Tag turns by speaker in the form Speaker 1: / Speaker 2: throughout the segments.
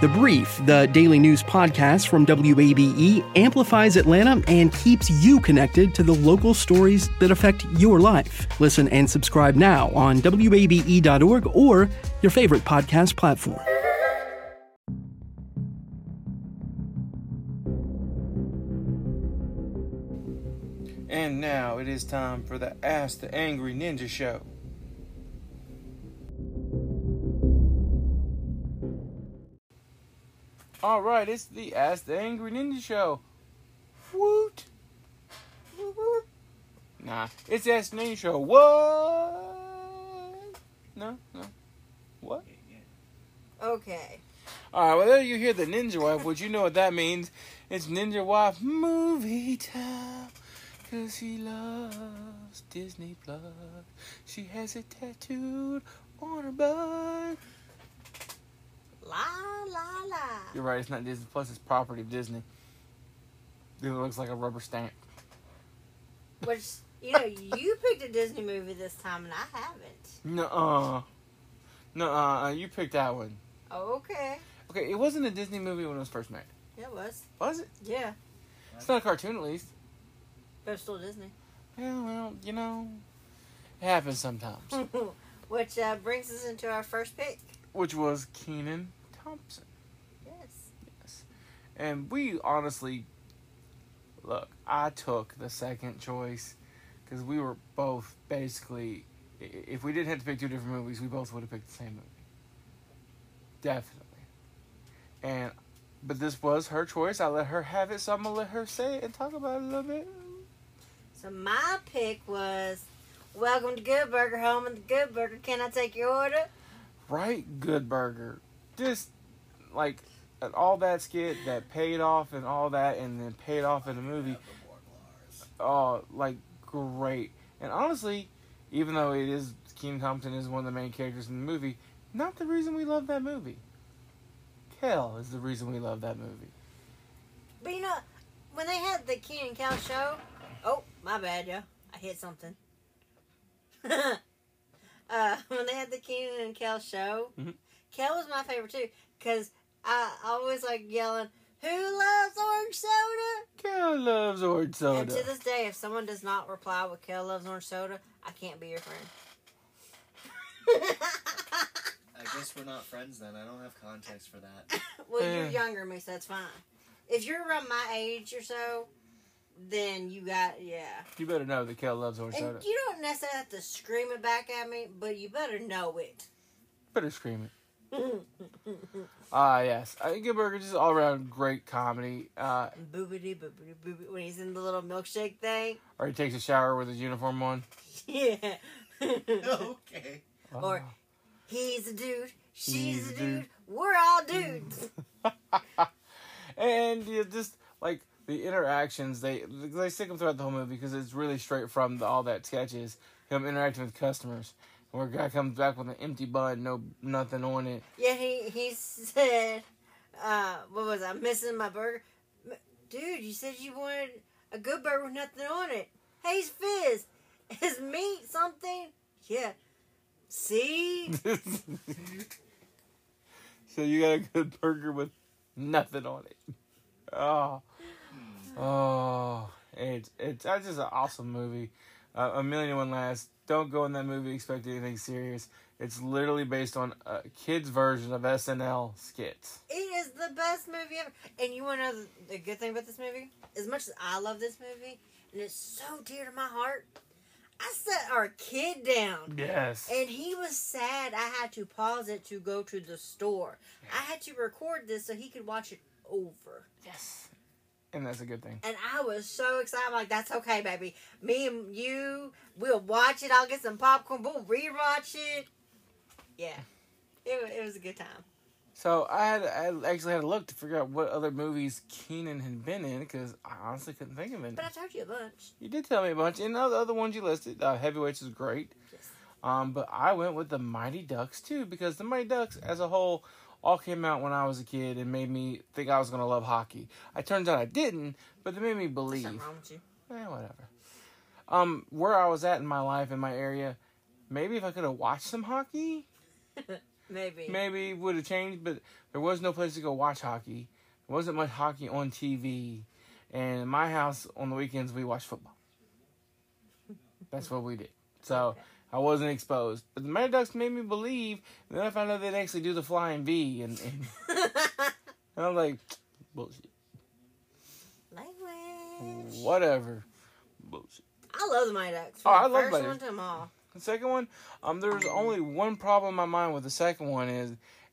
Speaker 1: The Brief, the daily news podcast from WABE, E, amplifies Atlanta and keeps you connected to the local stories that affect your life. Listen and subscribe now on WABE.org E or your favorite podcast platform.
Speaker 2: And now it is time for the Ask the Angry Ninja Show. All right, it's the Ask the Angry Ninja Show. Woot! Nah, it's the Ask the Ninja Show. What? No, no. What?
Speaker 3: Okay.
Speaker 2: All right, well, there you hear the Ninja Wife, which you know what that means. It's Ninja Wife movie time. Cause she loves Disney Plus. She has it tattooed on her butt.
Speaker 3: La la la.
Speaker 2: You're right, it's not Disney Plus, it's property of Disney. Dude, it looks like a rubber stamp.
Speaker 3: Which you know you picked a Disney movie this time and I haven't.
Speaker 2: Nuh-uh. Nuh-uh, you picked that one.
Speaker 3: Okay.
Speaker 2: Okay, it wasn't a Disney movie when it was first made.
Speaker 3: It was.
Speaker 2: Was it?
Speaker 3: Yeah.
Speaker 2: It's not a cartoon, at least.
Speaker 3: But it's still Disney.
Speaker 2: Yeah, well, you know, it happens sometimes.
Speaker 3: Which uh, brings us into our first pick.
Speaker 2: Which was Keenan Thompson.
Speaker 3: Yes.
Speaker 2: Yes. And we honestly, look, I took the second choice because we were both basically, i- if we didn't have to pick two different movies, we both would have picked the same movie. Definitely. And, but this was her choice. I let her have it, so I'm going to let her say it and talk about it a little bit.
Speaker 3: So my pick was Welcome to Good Burger Home and the Good Burger. Can I take your order?
Speaker 2: Right? Good Burger. Just, like, and all that skit that paid off and all that and then paid off in the movie. Oh, like great. And honestly, even though it is Keenan Thompson is one of the main characters in the movie, not the reason we love that movie. Kel is the reason we love that movie.
Speaker 3: But you know, when they had the Keenan and Kel show, oh my bad, yo, I hit something. uh, when they had the Keenan and Kel show,
Speaker 2: Mhm.
Speaker 3: Kel was my favorite too, cause I always like yelling, "Who loves orange soda?"
Speaker 2: Kel loves orange
Speaker 3: And
Speaker 2: soda.
Speaker 3: to this day, if someone does not reply with "Kel loves orange soda," I can't be your friend.
Speaker 4: I guess we're not friends then. I don't have context for that.
Speaker 3: well,
Speaker 2: Yeah.
Speaker 3: you're younger than me, so that's fine. If you're around my age or so, then you got yeah.
Speaker 2: You better know that Kel loves orange soda.
Speaker 3: And you don't necessarily have to scream it back at me, but you better know it.
Speaker 2: Better scream it. Ah, yes. I think Good Burger just all around great comedy. Uh,
Speaker 3: boobity boobity boobity when he's in the little milkshake thing.
Speaker 2: or he takes a shower with his uniform on.
Speaker 3: Yeah.
Speaker 4: okay.
Speaker 3: Or he's a dude, she's
Speaker 2: He's
Speaker 3: a
Speaker 2: a
Speaker 3: dude.
Speaker 2: dude.
Speaker 3: we're all dudes.
Speaker 2: and you just like the interactions they they stick them throughout the whole movie because it's really straight from the, all that sketches him interacting with customers where a guy comes back with an empty bun no nothing on it
Speaker 3: Yeah, he he said, uh, "What was I missing my burger, M- dude? You said you wanted a good burger with nothing on it. Hey, Fizz, is meat something? Yeah. See,
Speaker 2: so you got a good burger with nothing on it oh oh it's it's that's just an awesome movie uh, a million and one laughs don't go in that movie expecting anything serious it's literally based on a kid's version of snl skits
Speaker 3: it is the best movie ever. And you want to know the, the good thing about this movie? As much as I love this movie, and it's so dear to my heart, I set our kid down."
Speaker 2: yes
Speaker 3: And he was sad. I had to pause it to go to the store. I had to record this so he could watch it over.
Speaker 2: Yes. And that's a good thing.
Speaker 3: And I was so excited. I'm like, that's okay, baby. Me and you, we'll watch it. I'll get some popcorn. We'll rewatch it. Yeah. It, wa- it was a good time.
Speaker 2: So I had I actually had a look to figure out what other movies Keenan had been in because I honestly couldn't think of any.
Speaker 3: But I told you a bunch.
Speaker 2: You did tell me a bunch, and the other- other ones you listed, uh, Heavyweights is great.
Speaker 3: Yes.
Speaker 2: Um, but I went with the Mighty Ducks too because the Mighty Ducks as a whole all came out when I was a kid and made me think I was gonna love hockey. It turns out I didn't, but they made me believe.
Speaker 3: Something wrong with you.
Speaker 2: Eh, whatever. Um, where I was at in my life in my area, maybe if I could have watched some hockey,
Speaker 3: Maybe.
Speaker 2: maybe would have changed, but there was no place to go watch hockey. There wasn't much hockey on TV. And in my house on the weekends we watched football. That's what we did. So I wasn't exposed. But the Mighty Ducks made me believe and then I found out they'd actually do the flying V and, and, and I'm like bullshit.
Speaker 3: Language.
Speaker 2: Whatever. Bullshit.
Speaker 3: I love the Mighty Ducks.
Speaker 2: Oh, I
Speaker 3: the
Speaker 2: love
Speaker 3: first
Speaker 2: Mighty
Speaker 3: one
Speaker 2: Ducks.
Speaker 3: to them all.
Speaker 2: The second one, um, there was only one problem in my mind with the second one is,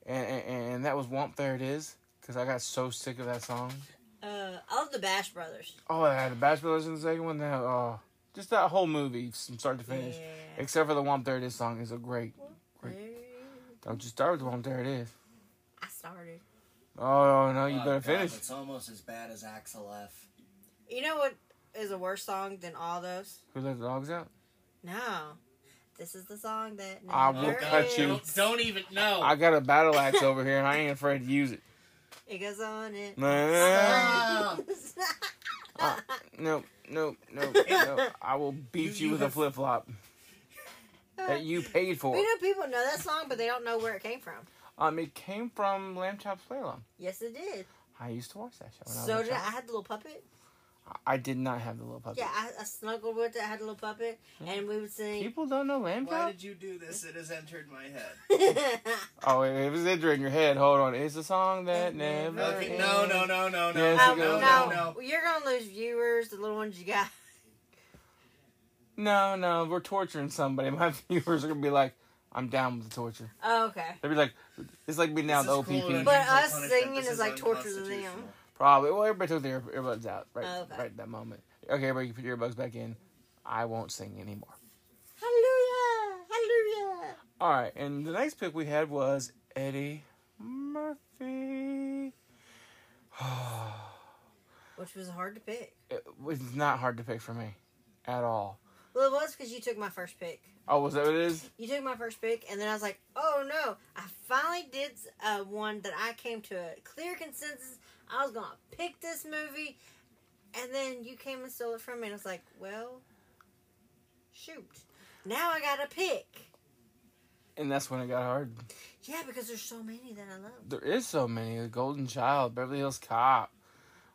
Speaker 2: and, and, and that was "Womp There It Is" because I got so sick of that song.
Speaker 3: Uh, I love the Bash Brothers.
Speaker 2: Oh, I had the Bash Brothers in the second one. Now, oh, just that whole movie from start to finish,
Speaker 3: Yeah.
Speaker 2: except for the "Womp There It Is" song is a great. Don't you start with "Womp There It Is."
Speaker 3: I started.
Speaker 2: Oh no, you
Speaker 4: Oh,
Speaker 2: better
Speaker 4: God,
Speaker 2: finish.
Speaker 4: It's almost as bad as Axel F.
Speaker 3: You know what is a worse song than all those?
Speaker 2: Who let the dogs out?
Speaker 3: No. This is the song that.
Speaker 2: I will
Speaker 3: never
Speaker 2: cut you.
Speaker 3: ends.
Speaker 5: Don't, don't even know.
Speaker 2: I got a battle axe over here, and I ain't afraid to use it.
Speaker 3: It goes on it.
Speaker 4: Ah!
Speaker 2: No,
Speaker 3: Stop.
Speaker 2: Uh, no, no, no. I will beat
Speaker 5: You-
Speaker 2: you
Speaker 5: you
Speaker 2: with a
Speaker 5: have-
Speaker 2: flip flop that you paid for.
Speaker 3: You know, people know that song, but they don't know where it came from.
Speaker 2: Um, it came from Lamb Chop's Playland.
Speaker 3: Yes, it did.
Speaker 2: I used to watch that show. When I,
Speaker 3: so
Speaker 2: was a
Speaker 3: did I. I
Speaker 2: child.
Speaker 3: had the little puppet.
Speaker 2: I did not have the little puppet.
Speaker 3: Yeah, I, I snuggled with it. I had a little puppet, and we would sing.
Speaker 2: People don't know Lamb
Speaker 4: Why
Speaker 2: Chop.
Speaker 4: did you do this? It has entered my head.
Speaker 2: Oh, wait, it was entering your head. Hold on. It's a song that
Speaker 3: It
Speaker 2: never.
Speaker 3: never
Speaker 4: Okay, no, no,
Speaker 2: ends.
Speaker 4: no, no, no,
Speaker 2: Yes,
Speaker 4: no,
Speaker 2: it
Speaker 3: Um,
Speaker 2: goes.
Speaker 4: no,
Speaker 3: no,
Speaker 4: no, no.
Speaker 3: you're gonna lose viewers. The little ones you got.
Speaker 2: No, no. We're torturing somebody. My viewers are gonna be like, "I'm down with the torture."
Speaker 3: Oh, okay.
Speaker 2: They'll be like, "It's like being down
Speaker 4: This is
Speaker 2: with
Speaker 4: cruel and
Speaker 2: OPP."
Speaker 3: But
Speaker 4: unusual
Speaker 3: us
Speaker 4: punishment.
Speaker 3: singing is like torture to them.
Speaker 4: unconstitutional.
Speaker 2: Probably. Well, everybody took their ear- earbuds out right,
Speaker 3: Oh, okay.
Speaker 2: right at that moment. Okay, everybody, you put your earbuds back in. I won't sing anymore.
Speaker 3: Hallelujah! Hallelujah!
Speaker 2: All right, and the next pick we had was Eddie Murphy.
Speaker 3: Which was hard to pick.
Speaker 2: It was not hard to pick for me at all.
Speaker 3: Well, it was because you took my first pick.
Speaker 2: Oh, was that what it is?
Speaker 3: You took my first pick, and then I was like, "Oh no!" I finally did uh, one that I came to a clear consensus. I was gonna pick this movie, and then you came and stole it from me, and I was like, "Well, shoot!" Now I gotta pick.
Speaker 2: And that's when it got hard.
Speaker 3: Yeah, because there's so many that I love.
Speaker 2: There is so many. The Golden Child, Beverly Hills Cop.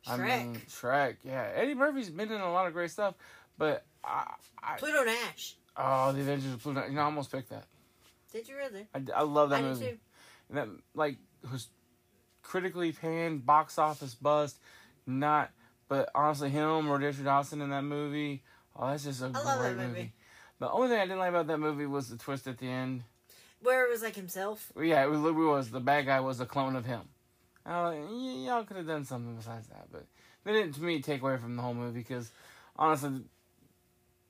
Speaker 3: Shrek,
Speaker 2: I mean, Shrek. Yeah, Eddie Murphy's been in a lot of great stuff, but I, I
Speaker 3: Pluto Nash.
Speaker 2: oh, The Adventures of Pluto. You know, I almost picked that.
Speaker 3: Did you really?
Speaker 2: I, I love that
Speaker 3: I did
Speaker 2: movie.
Speaker 3: too.
Speaker 2: And that like was critically panned, box office bust, not. But honestly, him or Richard Dawson in that movie, oh, that's just a great
Speaker 3: love that
Speaker 2: movie.
Speaker 3: movie.
Speaker 2: The only thing I didn't like about that movie was the twist at the end.
Speaker 3: Where it was like himself.
Speaker 2: Well, yeah, it was, it was the bad guy was a clone of him. And I'm like, y- y'all could have done something besides that, but they didn't to me take away from the whole movie because honestly,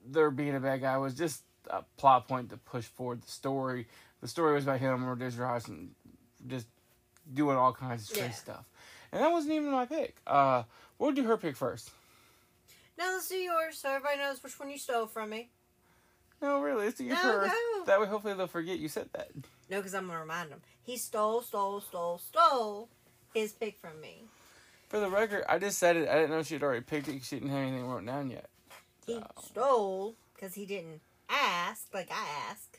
Speaker 2: there being a bad guy was just a plot point to push forward the story. The story was about him or Diz and just doing all kinds of strange
Speaker 3: Yeah.
Speaker 2: stuff, and that wasn't even my pick. Uh, we'll do her pick first.
Speaker 3: Now let's do yours, so everybody knows which one you stole from me.
Speaker 2: No, really, let's do
Speaker 3: No,
Speaker 2: her.
Speaker 3: no.
Speaker 2: That way, hopefully, they'll forget you said that.
Speaker 3: No, because I'm gonna remind him. He stole, stole, stole, stole his pick from me.
Speaker 2: For the record, I just said it. I didn't know she'd already picked it. 'cause She didn't have anything written down yet.
Speaker 3: He
Speaker 2: Oh.
Speaker 3: stole because he didn't ask, like I ask.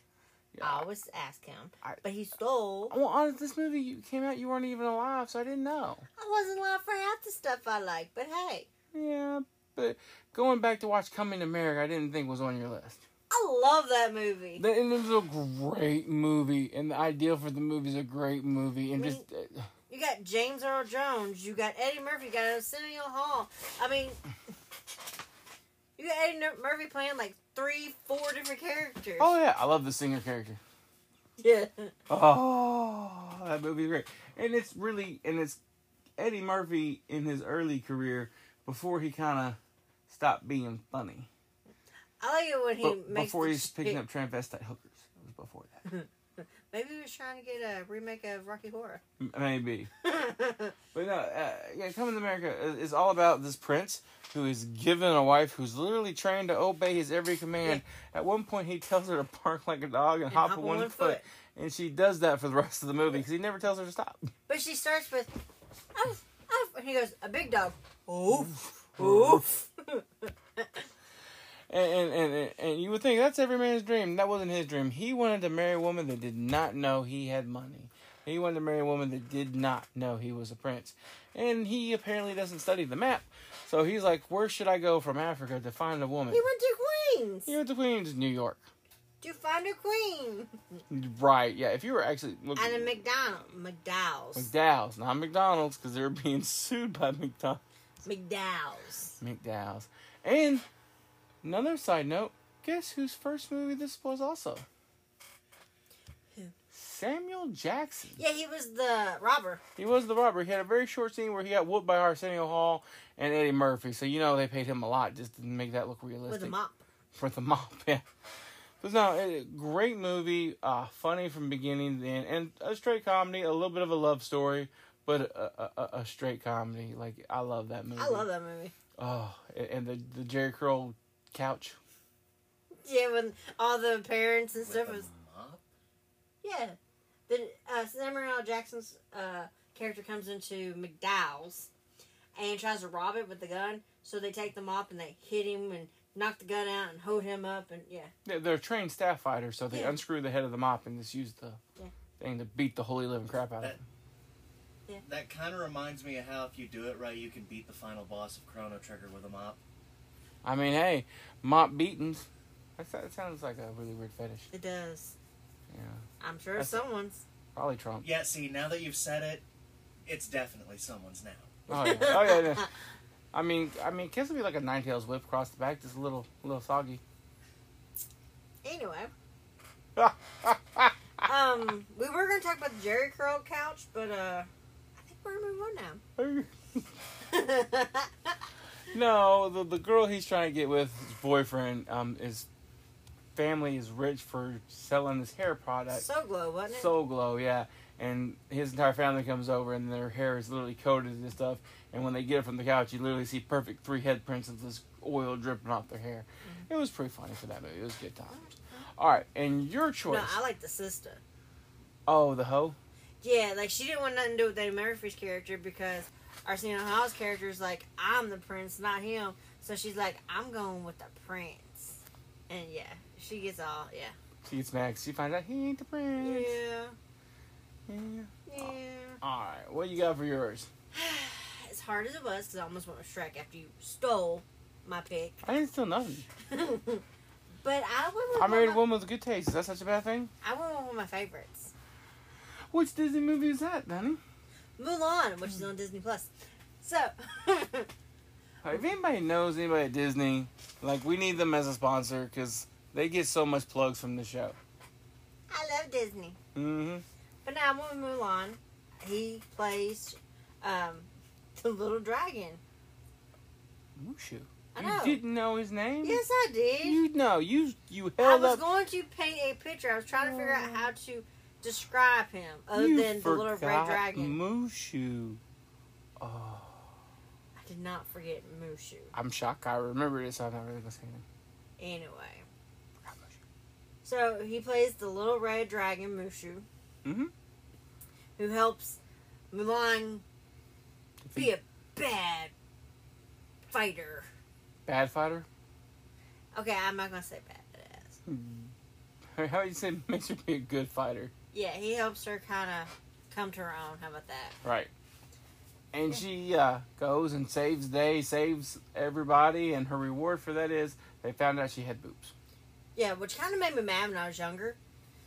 Speaker 3: I always ask him,
Speaker 2: I-
Speaker 3: but he stole.
Speaker 2: Well, honest, this movie you- came out, you weren't even alive, so I didn't know.
Speaker 3: I wasn't allowed for half the stuff I like, but hey,
Speaker 2: Yeah, but going back to watch Coming to America, I didn't think was on your list.
Speaker 3: I love that movie.
Speaker 2: That- And it was a great movie, and the idea for the movie is a great movie, and
Speaker 3: Me-
Speaker 2: just uh,
Speaker 3: You got James Earl Jones. You got Eddie Murphy. You got Arsenio Hall. I mean, you got Eddie Nur- Murphy playing like three, four different characters.
Speaker 2: oh yeah, I love the singer character.
Speaker 3: yeah.
Speaker 2: Oh, that movie's great, and it's really and it's Eddie Murphy in his early career before he kind of stopped being funny.
Speaker 3: I like it when he
Speaker 2: But
Speaker 3: makes
Speaker 2: before
Speaker 3: the
Speaker 2: he's picking
Speaker 3: shit-
Speaker 2: up transvestite hookers, it was before that.
Speaker 3: Maybe he was trying to get a remake of Rocky Horror.
Speaker 2: M- Maybe. But no, uh, yeah, Coming to America is- is all about this prince who is given a wife who's literally trained to obey his every command. At one point, he tells her to bark like a dog and, hop, on one, foot. and she does that for the rest of the movie because he never tells her to stop.
Speaker 3: But she starts with, "Oh, oof, oof, and he goes, a big dog. Oof, oof.
Speaker 2: And, and and and you would think that's every man's dream. That wasn't his dream. He wanted to marry a woman that did not know he had money. He wanted to marry a woman that did not know he was a prince. And he apparently doesn't study the map. So he's like, where should I go from Africa to find a woman?
Speaker 3: He went to Queens
Speaker 2: He went to Queens, New York.
Speaker 3: to find a queen.
Speaker 2: Right, yeah. If you were actually looking
Speaker 3: And a McDonald. McDowell's.
Speaker 2: McDowell's, not McDonald's, because they're being sued by McDonald's.
Speaker 3: McDowell's.
Speaker 2: McDowell's. And another side note, guess whose first movie this was also?
Speaker 3: Who?
Speaker 2: Samuel Jackson.
Speaker 3: Yeah, he was the robber.
Speaker 2: He was the robber. He had a very short scene where he got whooped by Arsenio Hall and Eddie Murphy. So you know they paid him a lot just to make that look realistic.
Speaker 3: With a mop.
Speaker 2: For the mop, yeah. But no, it, great movie. Uh, funny from beginning to end, and a straight comedy. A little bit of a love story, but a, a, a, a straight comedy. Like I love that movie.
Speaker 3: I love that movie.
Speaker 2: Oh, and- and the the Jerry Curl couch.
Speaker 3: Yeah, when all the parents and stuff
Speaker 4: With a
Speaker 3: was
Speaker 4: mop?
Speaker 3: yeah. Then uh, Samuel L. Jackson's uh, character comes into McDowell's and tries to rob it with the gun. So they take the mop and they hit him and knock the gun out and hold him up and yeah.
Speaker 2: They're, they're trained staff fighters, so they
Speaker 3: Yeah.
Speaker 2: unscrew the head of the mop and just use the
Speaker 3: Yeah.
Speaker 2: thing to beat the holy living crap out of it.
Speaker 4: That kind of reminds me of how if you do it right, you can beat the final boss of Chrono Trigger with a mop.
Speaker 2: I mean, hey, mop beatings. That, so- that sounds like a really weird fetish.
Speaker 3: It does.
Speaker 2: Yeah,
Speaker 3: I'm sure
Speaker 2: That's-
Speaker 3: someone's.
Speaker 2: probably Trump.
Speaker 4: Yeah, see, now that you've said it, it's definitely someone's now.
Speaker 2: Oh yeah, oh yeah. yeah. I mean, I mean, kiss would be like a nine tails whip across the back, just a little, little soggy.
Speaker 3: Anyway. um, we were gonna talk about the Jerry curl couch, but uh, I think we're gonna move on now.
Speaker 2: no, the the girl he's trying to get with, his boyfriend, um, his family is rich for selling this hair product.
Speaker 3: so glow, wasn't it?
Speaker 2: Soul Glow, yeah. And his entire family comes over, and their hair is literally coated in this stuff. And when they get it from the couch, you literally see perfect three head prints of this oil dripping off their hair.
Speaker 3: Mm-hmm.
Speaker 2: It was pretty funny for that movie. It was good times. All right, and your choice.
Speaker 3: no, I like the sister.
Speaker 2: oh, the hoe.
Speaker 3: Yeah, like she didn't want nothing to do with Eddie Murphy's character because Arsenio Hall's character is like, I'm the prince, not him. So she's like, I'm going with the prince. And yeah, she gets all, yeah.
Speaker 2: She gets mad. 'cause She finds out he ain't the prince.
Speaker 3: Yeah,
Speaker 2: Yeah.
Speaker 3: yeah.
Speaker 2: All right, what you got for yours?
Speaker 3: As hard as it was, because I almost went with Shrek after you stole my pick.
Speaker 2: I didn't steal nothing.
Speaker 3: but I went with
Speaker 2: I married a
Speaker 3: one. of-
Speaker 2: woman with good taste. Is that such a bad thing?
Speaker 3: I went with one of my favorites,
Speaker 2: Which Disney movie is that, Danny?
Speaker 3: Mulan, which
Speaker 2: Mm.
Speaker 3: is on Disney Plus. So,
Speaker 2: If anybody knows anybody at Disney, like we need them as a sponsor because they get so much plugs from the show.
Speaker 3: I love Disney.
Speaker 2: Mm-hmm.
Speaker 3: But now when Mulan, he plays um, the little dragon.
Speaker 2: Mushu.
Speaker 3: I
Speaker 2: You
Speaker 3: know.
Speaker 2: didn't know his name?
Speaker 3: Yes, I did.
Speaker 2: You know. You you
Speaker 3: I
Speaker 2: held
Speaker 3: was
Speaker 2: up.
Speaker 3: going to paint a picture. I was trying to figure out how to describe him other
Speaker 2: you
Speaker 3: than the little red
Speaker 2: forgot
Speaker 3: dragon.
Speaker 2: Mushu. Oh,
Speaker 3: I did not forget Mushu.
Speaker 2: I'm shocked. I remember this. I'm not really gonna say anything.
Speaker 3: Anyway,
Speaker 2: Forgot Mushu.
Speaker 3: so he plays the little red dragon Mushu,
Speaker 2: Mhm.
Speaker 3: who helps Mulan be a bad fighter.
Speaker 2: Bad fighter.
Speaker 3: Okay, I'm not gonna say badass.
Speaker 2: How would you say makes her be a good fighter?
Speaker 3: Yeah, he helps her kind of come to her own. How about that?
Speaker 2: Right. And she uh, goes and saves day, saves everybody, and her reward for that is they found out she had boobs.
Speaker 3: Yeah, which kind of made me mad when I was younger.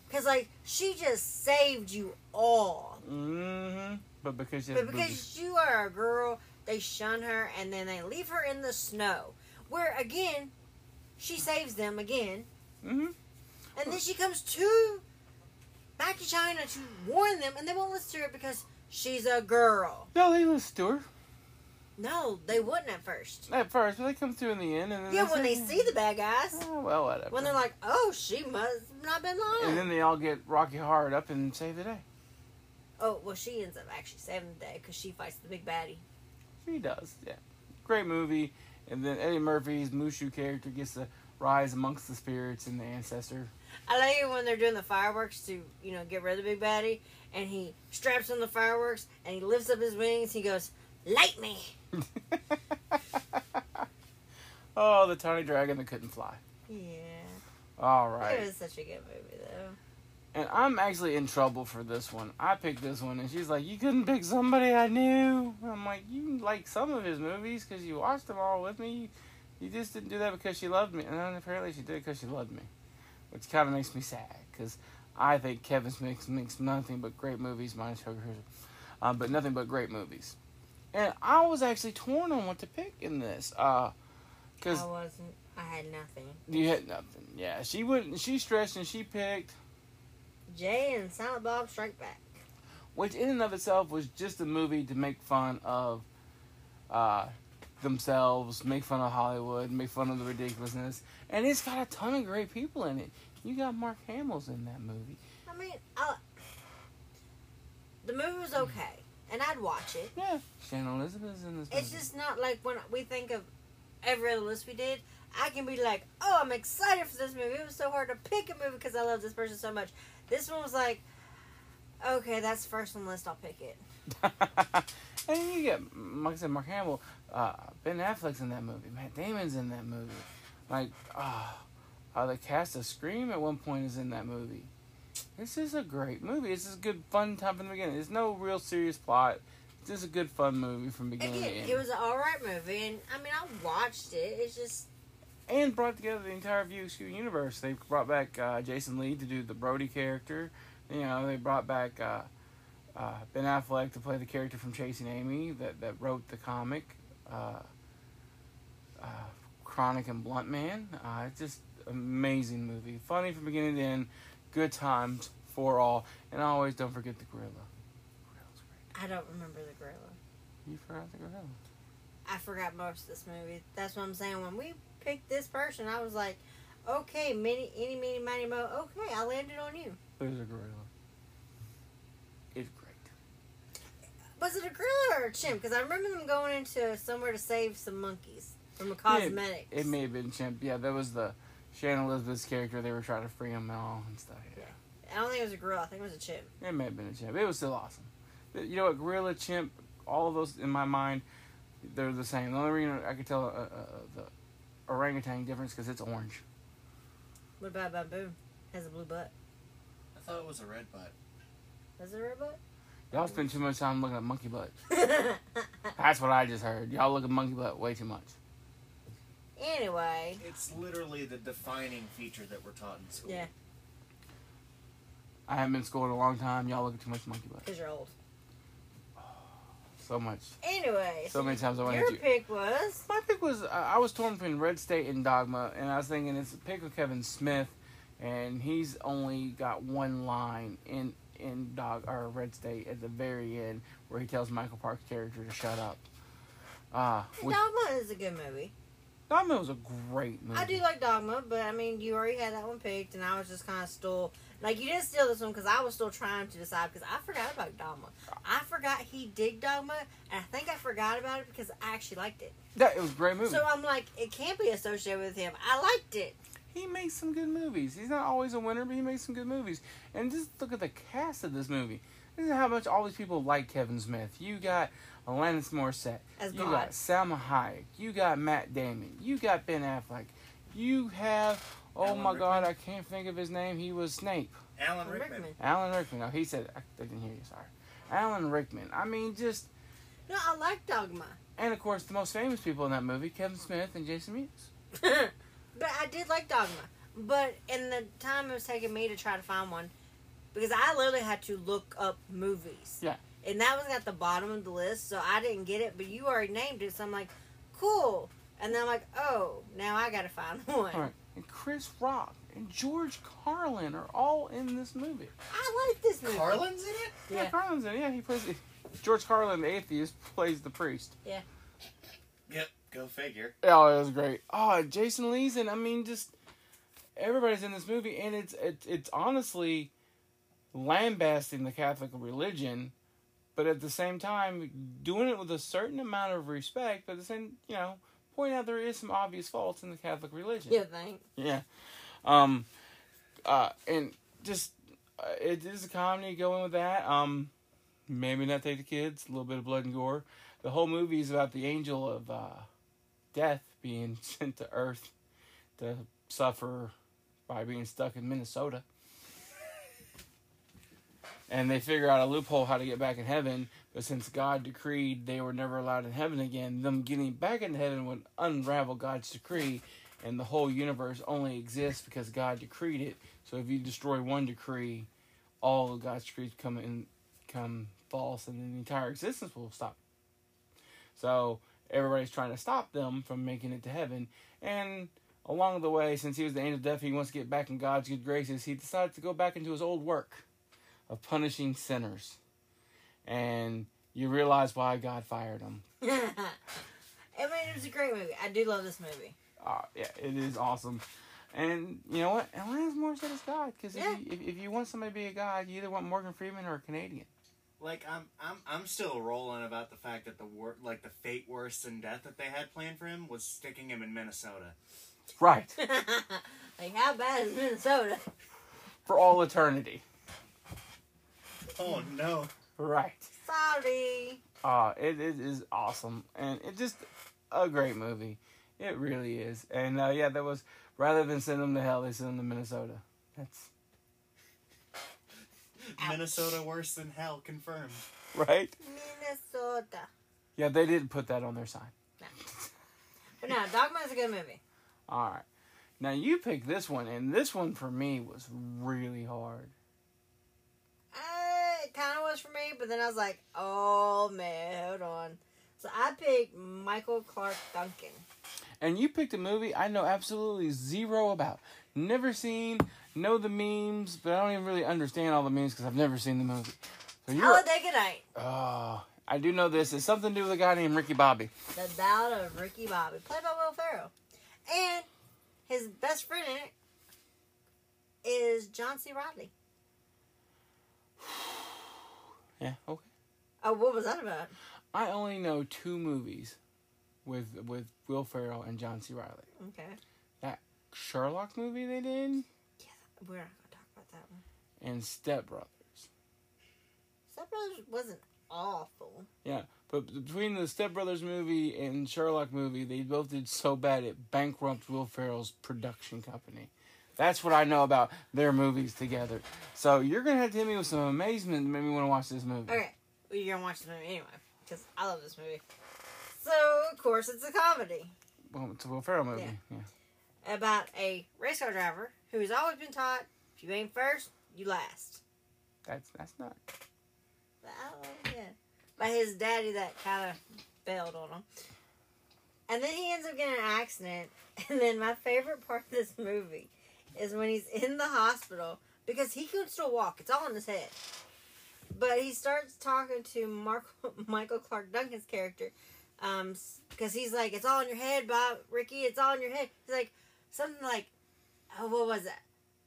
Speaker 3: Because, like, she just saved you all.
Speaker 2: Mm-hmm. But because she had
Speaker 3: But
Speaker 2: boobies.
Speaker 3: because you are a girl, they shun her and then they leave her in the snow. Where, again, she saves them again.
Speaker 2: Mhm.
Speaker 3: And then she comes to back to China to warn them, and they won't listen to her because she's a girl.
Speaker 2: No, they listened to her
Speaker 3: No, they wouldn't at first.
Speaker 2: at first, but they come through in the end, and then
Speaker 3: Yeah, when they
Speaker 2: say-
Speaker 3: see the bad guys,
Speaker 2: Oh, well, whatever.
Speaker 3: when they're like, oh, she must have not been lying.
Speaker 2: and then they all get Rocky Hard up and save the day.
Speaker 3: Oh, well, she ends up actually saving the day because she fights the big baddie.
Speaker 2: She does, yeah. Great movie. And then Eddie Murphy's Mushu character gets to rise amongst the spirits and the ancestor.
Speaker 3: I like it when they're doing the fireworks to, you know, get rid of the big baddie, and he straps on the fireworks and he lifts up his wings. He goes, "Light me!"
Speaker 2: Oh, the tiny dragon that couldn't fly.
Speaker 3: Yeah.
Speaker 2: All
Speaker 3: It
Speaker 2: right.
Speaker 3: was such a good movie, though.
Speaker 2: And I'm actually in trouble for this one. I picked this one, and she's like, "You couldn't pick somebody I knew." I'm like, "You like some of his movies because you watched them all with me. You just didn't do that because she loved me." And then apparently she did because she loved me, which kind of makes me sad because I think Kevin Smith makes nothing but great movies, minus Sugar Hers- um, but nothing but great movies. And I was actually torn on what to pick in this, because
Speaker 3: I wasn't. I had nothing.
Speaker 2: you had nothing. Yeah, she wouldn't. She stretched and she picked.
Speaker 3: Jay and Silent Bob Strike Back.
Speaker 2: which in and of itself was just a movie to make fun of uh, themselves, make fun of Hollywood, make fun of the ridiculousness, and it's got a ton of great people in it. You got Mark Hamill's in that movie.
Speaker 3: I mean, I, the movie was okay, and I'd watch it.
Speaker 2: Yeah, Shannon Elizabeth's in this. Movie.
Speaker 3: It's just not like when we think of every other list we did. I can be like, oh, I'm excited for this movie. It was so hard to pick a movie because I love this person so much. This one was like, okay, that's first on the list. I'll pick it.
Speaker 2: and you get, like I said, Mark Hamill, uh, Ben Affleck's in that movie, Matt Damon's in that movie. Like, ah, uh, the cast of Scream at one point is in that movie. This is a great movie. This is a good, fun time from the beginning. There's no real serious plot. It's just a good, fun movie from beginning to
Speaker 3: Again,
Speaker 2: end.
Speaker 3: it was an all right movie, and I mean, I watched it. It's just
Speaker 2: and brought together the entire VXQ universe. They brought back uh, Jason Lee to do the Brody character. You know, they brought back uh, uh, Ben Affleck to play the character from Chasing Amy that, that wrote the comic, uh, uh, Chronic and Blunt Man. Uh, it's just amazing movie. Funny from beginning to end. Good times for all. And always don't forget the gorilla. Gorilla's great.
Speaker 3: I don't remember the gorilla.
Speaker 2: You forgot the gorilla.
Speaker 3: I forgot most of this movie. That's what I'm saying. When we picked this person, I was like, okay, mini, any, mini, mighty, mo. Okay, I landed on you.
Speaker 2: There's a gorilla. It's great.
Speaker 3: Was it a gorilla or a chimp? Because I remember them going into somewhere to save some monkeys from a cosmetics.
Speaker 2: It may have been Chimp. Yeah, that was the Shannon Elizabeth's character. They were trying to free him and all and stuff. Yeah,
Speaker 3: I don't think it was a gorilla. I think it was a chimp.
Speaker 2: it may have been a chimp. It was still awesome. But You know what? Gorilla, chimp, all of those in my mind, they're the same. The only reason I could tell uh, uh, the orangutan difference because it's orange.
Speaker 3: What about bamboo? Has a blue butt.
Speaker 4: I thought it was a red butt.
Speaker 3: Is it a red butt?
Speaker 2: Y'all spend too much time looking at monkey butt.
Speaker 3: anyway,
Speaker 2: That's what I just heard. Y'all look at monkey butt way too much.
Speaker 4: It's literally the defining feature that we're taught in school.
Speaker 3: yeah,
Speaker 2: I haven't been in school in a long time. Y'all look at too much monkey butt.
Speaker 3: because you're old.
Speaker 2: So much.
Speaker 3: Anyway,
Speaker 2: So many times I want to
Speaker 3: your
Speaker 2: hit you.
Speaker 3: pick was
Speaker 2: My pick was uh, I was torn between Red State and Dogma, and I was thinking it's a pick of Kevin Smith, and he's only got one line in in Dog or Red State at the very end where he tells Michael Park's character to shut up. Uh, which,
Speaker 3: Dogma is a good movie.
Speaker 2: Dogma was a great movie.
Speaker 3: I do like Dogma, but I mean, you already had that one picked, and I was just kind of still like you didn't steal this one because I was still trying to decide because I forgot about Dogma. I forgot he did Dogma, and I think I forgot about it because I actually liked it.
Speaker 2: that. It was a great movie.
Speaker 3: So I'm like, it can't be associated with him. I liked it.
Speaker 2: he makes some good movies. He's not always a winner, but he makes some good movies. And just look at the cast of this movie. This is how much all these people like Kevin Smith. You got Alanis Morissette.
Speaker 3: As
Speaker 2: you
Speaker 3: God.
Speaker 2: got Salma Hayek. You got Matt Damon. You got Ben Affleck. You have oh
Speaker 4: Alan
Speaker 2: my God, I
Speaker 4: Rickman.
Speaker 2: can't think of his name. He was Snape.
Speaker 4: Alan
Speaker 3: Rickman.
Speaker 4: Rickman.
Speaker 2: Alan Rickman. Oh, he said I they didn't hear you. Sorry. Alan Rickman. I mean, just
Speaker 3: No, I like Dogma,
Speaker 2: and of course the most famous people in that movie: Kevin Smith and Jason Mewes.
Speaker 3: but I did like Dogma. But in the time it was taking me to try to find one, because I literally had to look up movies.
Speaker 2: Yeah.
Speaker 3: And that was at the bottom of the list, so I didn't get it. But you already named it, so I'm like, cool. And then I'm like, oh, now I gotta find one.
Speaker 2: All right. And Chris Rock and George Carlin are all in this movie.
Speaker 3: I like this movie.
Speaker 4: Carlin's in it?
Speaker 2: Yeah,
Speaker 3: Yeah.
Speaker 2: Carlin's in. it. Yeah, he plays George Carlin, the atheist, plays the priest.
Speaker 4: Yep. Go figure.
Speaker 2: Oh, it was great. Oh, Jason Lee's in. I mean, just everybody's in this movie, and it's it's it's honestly lambasting the Catholic religion, but at the same time doing it with a certain amount of respect. But at the same, you know, pointing out there is some obvious faults in the Catholic religion.
Speaker 3: You think?
Speaker 2: Yeah. Um uh and just uh, it is a comedy going with that. Um maybe not take the kids, a little bit of blood and gore. The whole movie is about the angel of uh death being sent to Earth to suffer by being stuck in Minnesota. And they figure out a loophole how to get back in heaven, but since God decreed they were never allowed in heaven again, them getting back in heaven would unravel God's decree, and the whole universe only exists because God decreed it. So if you destroy one decree, all of God's decrees come in, come false, and then the entire existence will stop. So everybody's trying to stop them from making it to heaven. And along the way, since he was the angel of death, he wants to get back in God's good graces. He decides to go back into his old work of punishing sinners. And you realize why God fired him.
Speaker 3: I mean, it was a great movie. I do love this movie.
Speaker 2: Uh, yeah, it is awesome. And you know what? Alanis Morissette is God. Because
Speaker 3: Yeah.
Speaker 2: if, you, if, if you want somebody to be a God, you either want Morgan Freeman or a Canadian.
Speaker 4: Like I'm, I'm, I'm still rolling about the fact that the wor- like the fate worse than death that they had planned for him was sticking him in Minnesota.
Speaker 2: Right.
Speaker 3: like, how bad is Minnesota?
Speaker 2: For all eternity.
Speaker 4: Oh no!
Speaker 2: Right.
Speaker 3: Sorry.
Speaker 2: Uh, it, it is awesome, and it just a great movie. It really is, and uh, yeah, that was rather than send them to hell, they sent them to Minnesota. That's
Speaker 4: Minnesota worse than hell confirmed.
Speaker 2: right.
Speaker 3: Minnesota.
Speaker 2: Yeah, they did put that on their sign.
Speaker 3: But no, Dogma's a good movie.
Speaker 2: All right, now you pick this one, and this one for me was really hard.
Speaker 3: Uh, it kind of was for me, but then I was like, oh man, hold on. So I picked Michael Clark Duncan.
Speaker 2: And you picked a movie I know absolutely zero about, never seen, know the memes, but I don't even really understand all the memes because I've never seen the movie. So you're,
Speaker 3: Holiday Goodnight.
Speaker 2: oh, I do know this. It's something to do with a guy named Ricky Bobby.
Speaker 3: The Ballad of Ricky Bobby, played by Will Ferrell. And his best friend in it is John C. Rodley.
Speaker 2: Yeah. Okay.
Speaker 3: Oh, what was that about?
Speaker 2: I only know two movies with with Will Ferrell and John C. Riley.
Speaker 3: Okay.
Speaker 2: That Sherlock movie they did,
Speaker 3: Yeah, that- we're not going to talk about that one.
Speaker 2: and Step Brothers.
Speaker 3: Step Brothers wasn't awful.
Speaker 2: Yeah, but between the Step Brothers movie and Sherlock movie, they both did so bad it bankrupted Will Ferrell's production company. That's what I know about their movies together. So you're gonna have to hit me with some amazement to make me want to watch this movie.
Speaker 3: Okay, well, you're going to watch the movie anyway, because I love this movie. So, of course, it's a comedy.
Speaker 2: Well, it's a Will Ferrell movie.
Speaker 3: Yeah.
Speaker 2: yeah.
Speaker 3: about a race car driver who has always been taught if you ain't first, you last.
Speaker 2: That's that's not
Speaker 3: But I don't know, yeah. But his daddy that kind of bailed on him. And then he ends up getting in an accident. And then my favorite part of this movie is when he's in the hospital because he can still walk. It's all in his head. But he starts talking to Mark, Michael Clark Duncan's character because he's like, "It's all in your head, Bob Ricky. It's all in your head." He's like something like, "Oh, what was that?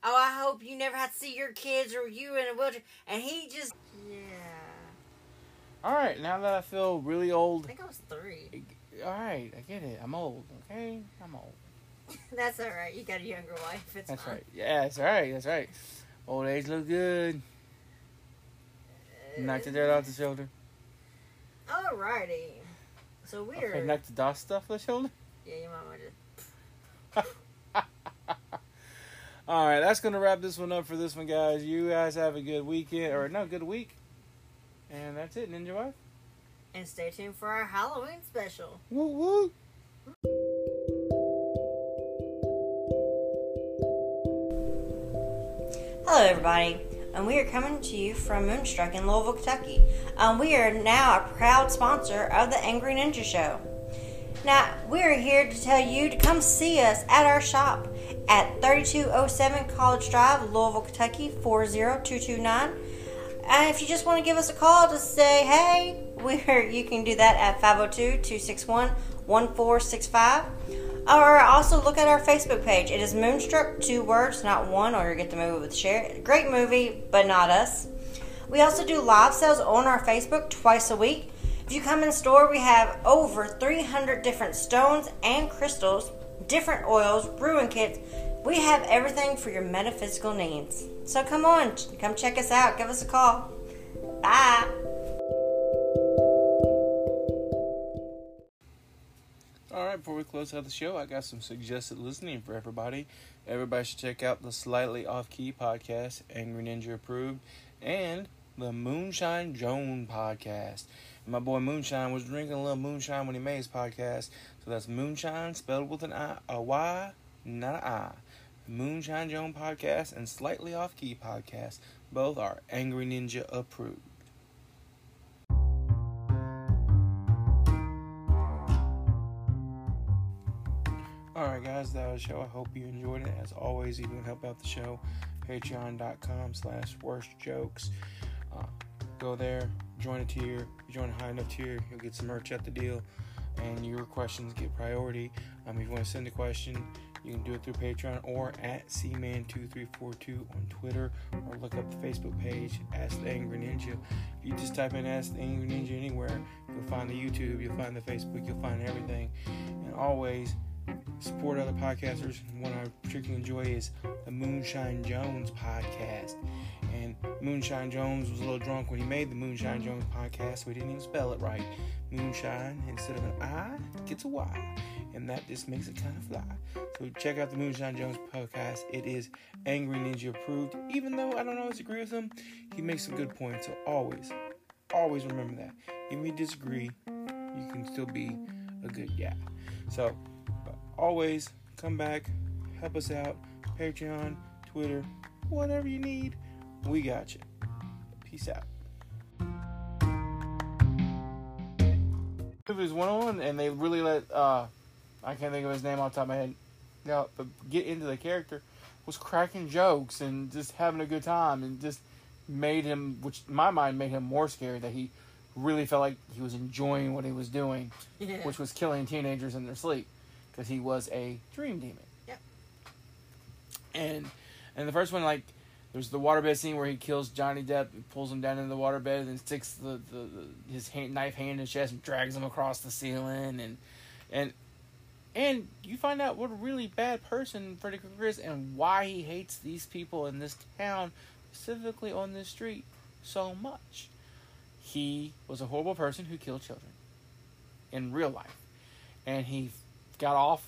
Speaker 3: Oh, I hope you never have to see your kids or you in a wheelchair." And he just, yeah,
Speaker 2: all right. Now that I feel really
Speaker 3: I
Speaker 2: old,
Speaker 3: think I was three.
Speaker 2: all right, I get it. I'm old. Okay, I'm old.
Speaker 3: That's all right. You got a younger wife. It's
Speaker 2: That's
Speaker 3: fine.
Speaker 2: right. Yeah, that's right. That's right. Old age look good. Knock the dirt off the shoulder.
Speaker 3: Alrighty. So weird.
Speaker 2: Okay, knock the dust off the shoulder.
Speaker 3: yeah, you might want to.
Speaker 2: All right, that's gonna wrap this one up for this one, guys. You guys have a good weekend, or no, good week. And that's it. Ninja wife.
Speaker 3: And stay tuned for our Halloween special.
Speaker 2: Woo woo.
Speaker 3: Hello, everybody, and we are coming to you from Moonstruck in Louisville, Kentucky. Um, we are now a proud sponsor of the Angry Ninja Show. Now, we are here to tell you to come see us at our shop at 3207 College Drive, Louisville, Kentucky 40229. And Uh, if you just want to give us a call to say, hey, we're, you can do that at 502 261 1465. Or also look at our Facebook page. It is Moonstruck, two words, not one, or you get the movie with share. Great movie, but not us. We also do live sales on our Facebook twice a week. If you come in store, we have over 300 different stones and crystals, different oils, brewing kits. We have everything for your metaphysical needs. So come on, come check us out. Give us a call. Bye.
Speaker 2: All right, before we close out the show, I got some suggested listening for everybody. Everybody should check out the Slightly Off Key podcast, Angry Ninja Approved, and the Moonshine Joan podcast. And my boy Moonshine was drinking a little moonshine when he made his podcast. So that's Moonshine spelled with an I, a Y, not an I. Moonshine Joan podcast and Slightly Off Key podcast. Both are Angry Ninja approved. Alright guys, that was the show. I hope you enjoyed it. As always, you can help out the show. Patreon.com slash worst jokes. Uh, go there, join a tier. You join a high enough tier, you'll get some merch at the deal. And your questions get priority. Um, if you want to send a question, you can do it through Patreon or at Cman2342 on Twitter or look up the Facebook page, Ask the Angry Ninja. If you just type in Ask the Angry Ninja anywhere, you'll find the YouTube, you'll find the Facebook, you'll find everything. And always support other podcasters. One I particularly enjoy is the Moonshine Jones podcast. And Moonshine Jones was a little drunk when he made the Moonshine Jones podcast, so he didn't even spell it right. Moonshine, instead of an I, gets a Y. And that just makes it kind of fly. So check out the Moonshine Jones podcast. It is Angry Ninja approved, even though I don't always agree with him. He makes some good points. So always, always remember that. Even if you disagree, you can still be a good guy. So always come back, help us out. Patreon, Twitter, whatever you need, we got you. Peace out. Movies 101, and they really let, uh, I can't think of his name off the top of my head now, but get into the character was cracking jokes and just having a good time and just made him, which in my mind made him more scary that he really felt like he was enjoying what he was doing,
Speaker 3: Yeah.
Speaker 2: which was killing teenagers in their sleep because he was a dream demon.
Speaker 3: Yep.
Speaker 2: And and the first one, like, there's the waterbed scene where he kills Johnny Depp and pulls him down into the waterbed and sticks the, the, the his hand, knife hand in his chest and drags him across the ceiling and and and you find out what a really bad person Freddy Krueger is and why he hates these people in this town, specifically on this street, so much. He was a horrible person who killed children in real life, and he got off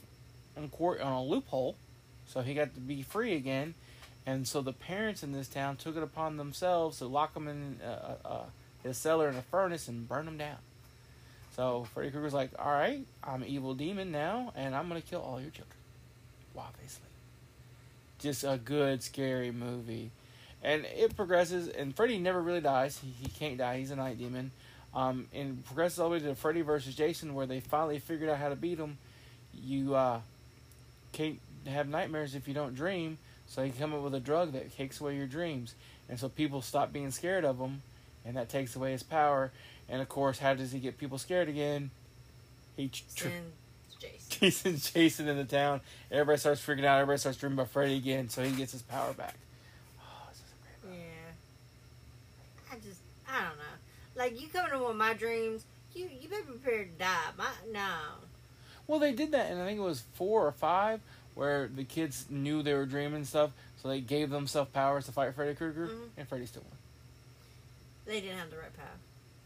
Speaker 2: on court on a loophole, so he got to be free again. And so the parents in this town took it upon themselves to lock him in uh, uh, uh, his cellar in a furnace and burn him down. So Freddy Krueger's like, "All right, I'm an evil demon now, and I'm gonna kill all your children while they sleep." Just a good scary movie, and it progresses. And Freddy never really dies. He, he can't die. He's a night demon. Um, and progresses all the way to Freddy versus Jason, where they finally figured out how to beat him. You uh, can't have nightmares if you don't dream. So he come up with a drug that takes away your dreams, and so people stop being scared of him, and that takes away his power. And of course, how does he get people scared again? He tr- tr-
Speaker 3: Sin, Jason.
Speaker 2: he sends Jason in the town. Everybody starts freaking out. Everybody starts dreaming about Freddy again, so he gets his power back. Oh, this is a great
Speaker 3: Yeah. I just, I don't know. Like, you come into one of my dreams, you you better be prepared to die. My, no.
Speaker 2: Well, they did that, and I think it was four or five, where the kids knew they were dreaming stuff, so they gave themselves powers to fight Freddy Krueger,
Speaker 3: Mhm.
Speaker 2: and Freddy still won.
Speaker 3: They didn't have the right power.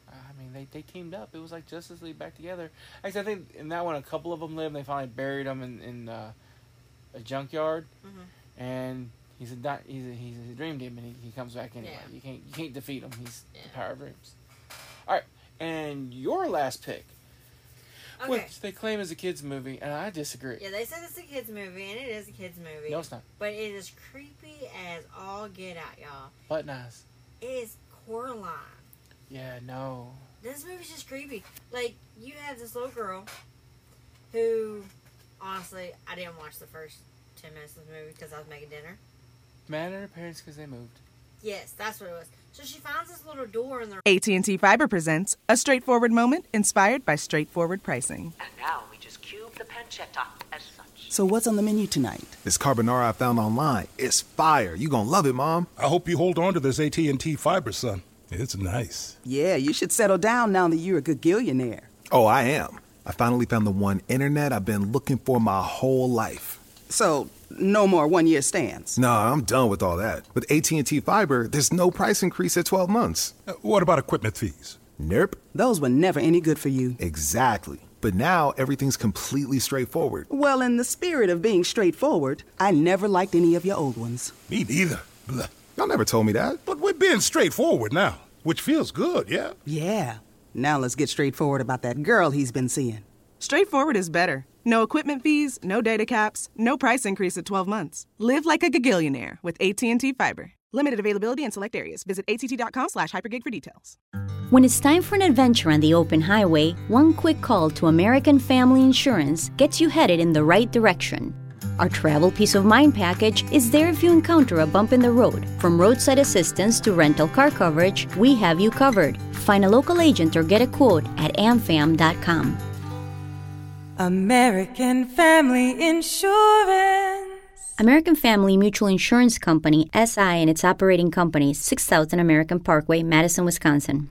Speaker 2: I mean, they, they teamed up. It was like Justice League back together. Actually, I think in that one, a couple of them lived. and They finally buried them in, in uh, a junkyard,
Speaker 3: Mhm.
Speaker 2: and he's a di- he's a, he's a dream demon. He, he comes back anyway.
Speaker 3: Yeah.
Speaker 2: You can't you can't defeat him. He's the
Speaker 3: Yeah.
Speaker 2: power of dreams. All right, and your last pick,
Speaker 3: Okay.
Speaker 2: which they claim is a kids movie, and I disagree.
Speaker 3: Yeah, they said it's a kids movie, and it is a kids movie.
Speaker 2: No, it's not.
Speaker 3: But it is creepy as all get out, y'all.
Speaker 2: But nice.
Speaker 3: It is Coraline.
Speaker 2: Yeah, no.
Speaker 3: This movie's just creepy. Like you have this little girl who, honestly, I didn't watch the first ten minutes of the movie because I was making dinner.
Speaker 2: Mad at her parents because they moved.
Speaker 3: Yes, that's what it was. So she finds this little door in the
Speaker 5: AT&T Fiber presents a straightforward moment inspired by straightforward pricing.
Speaker 6: And now we just cube the pancetta as such.
Speaker 7: So what's on the menu tonight?
Speaker 8: This carbonara I found online, it's fire. You gonna love it, Mom.
Speaker 9: I hope you hold on to this AT&T fiber, son. It's nice.
Speaker 7: Yeah, you should settle down now that you're a good gillionaire.
Speaker 8: Oh, I am. I finally found the one internet I've been looking for my whole life.
Speaker 7: So no more one-year stands.
Speaker 8: Nah, I'm done with all that. With AT&T Fiber, there's no price increase at 12 months.
Speaker 9: Uh, What about equipment fees?
Speaker 8: Nope.
Speaker 7: Those were never any good for you.
Speaker 8: Exactly. But now everything's completely straightforward.
Speaker 7: Well, in the spirit of being straightforward, I never liked any of your old ones.
Speaker 9: Me neither. Blah.
Speaker 8: Y'all never told me that.
Speaker 9: But we're being straightforward now, which feels good, yeah?
Speaker 7: Yeah. Now let's get straightforward about that girl he's been seeing.
Speaker 5: Straightforward is better. No equipment fees, no data caps, no price increase at 12 months. Live like a gagillionaire with AT&T Fiber. Limited availability in select areas. Visit att.com slash hypergig for details.
Speaker 10: When it's time for an adventure on the open highway, one quick call to American Family Insurance gets you headed in the right direction. Our travel peace of mind package is there if you encounter a bump in the road. From roadside assistance to rental car coverage, we have you covered. Find a local agent or get a quote at amfam.com.
Speaker 11: American Family Insurance.
Speaker 10: American Family Mutual Insurance Company, SI, and its operating company, 6000 American Parkway, Madison, Wisconsin.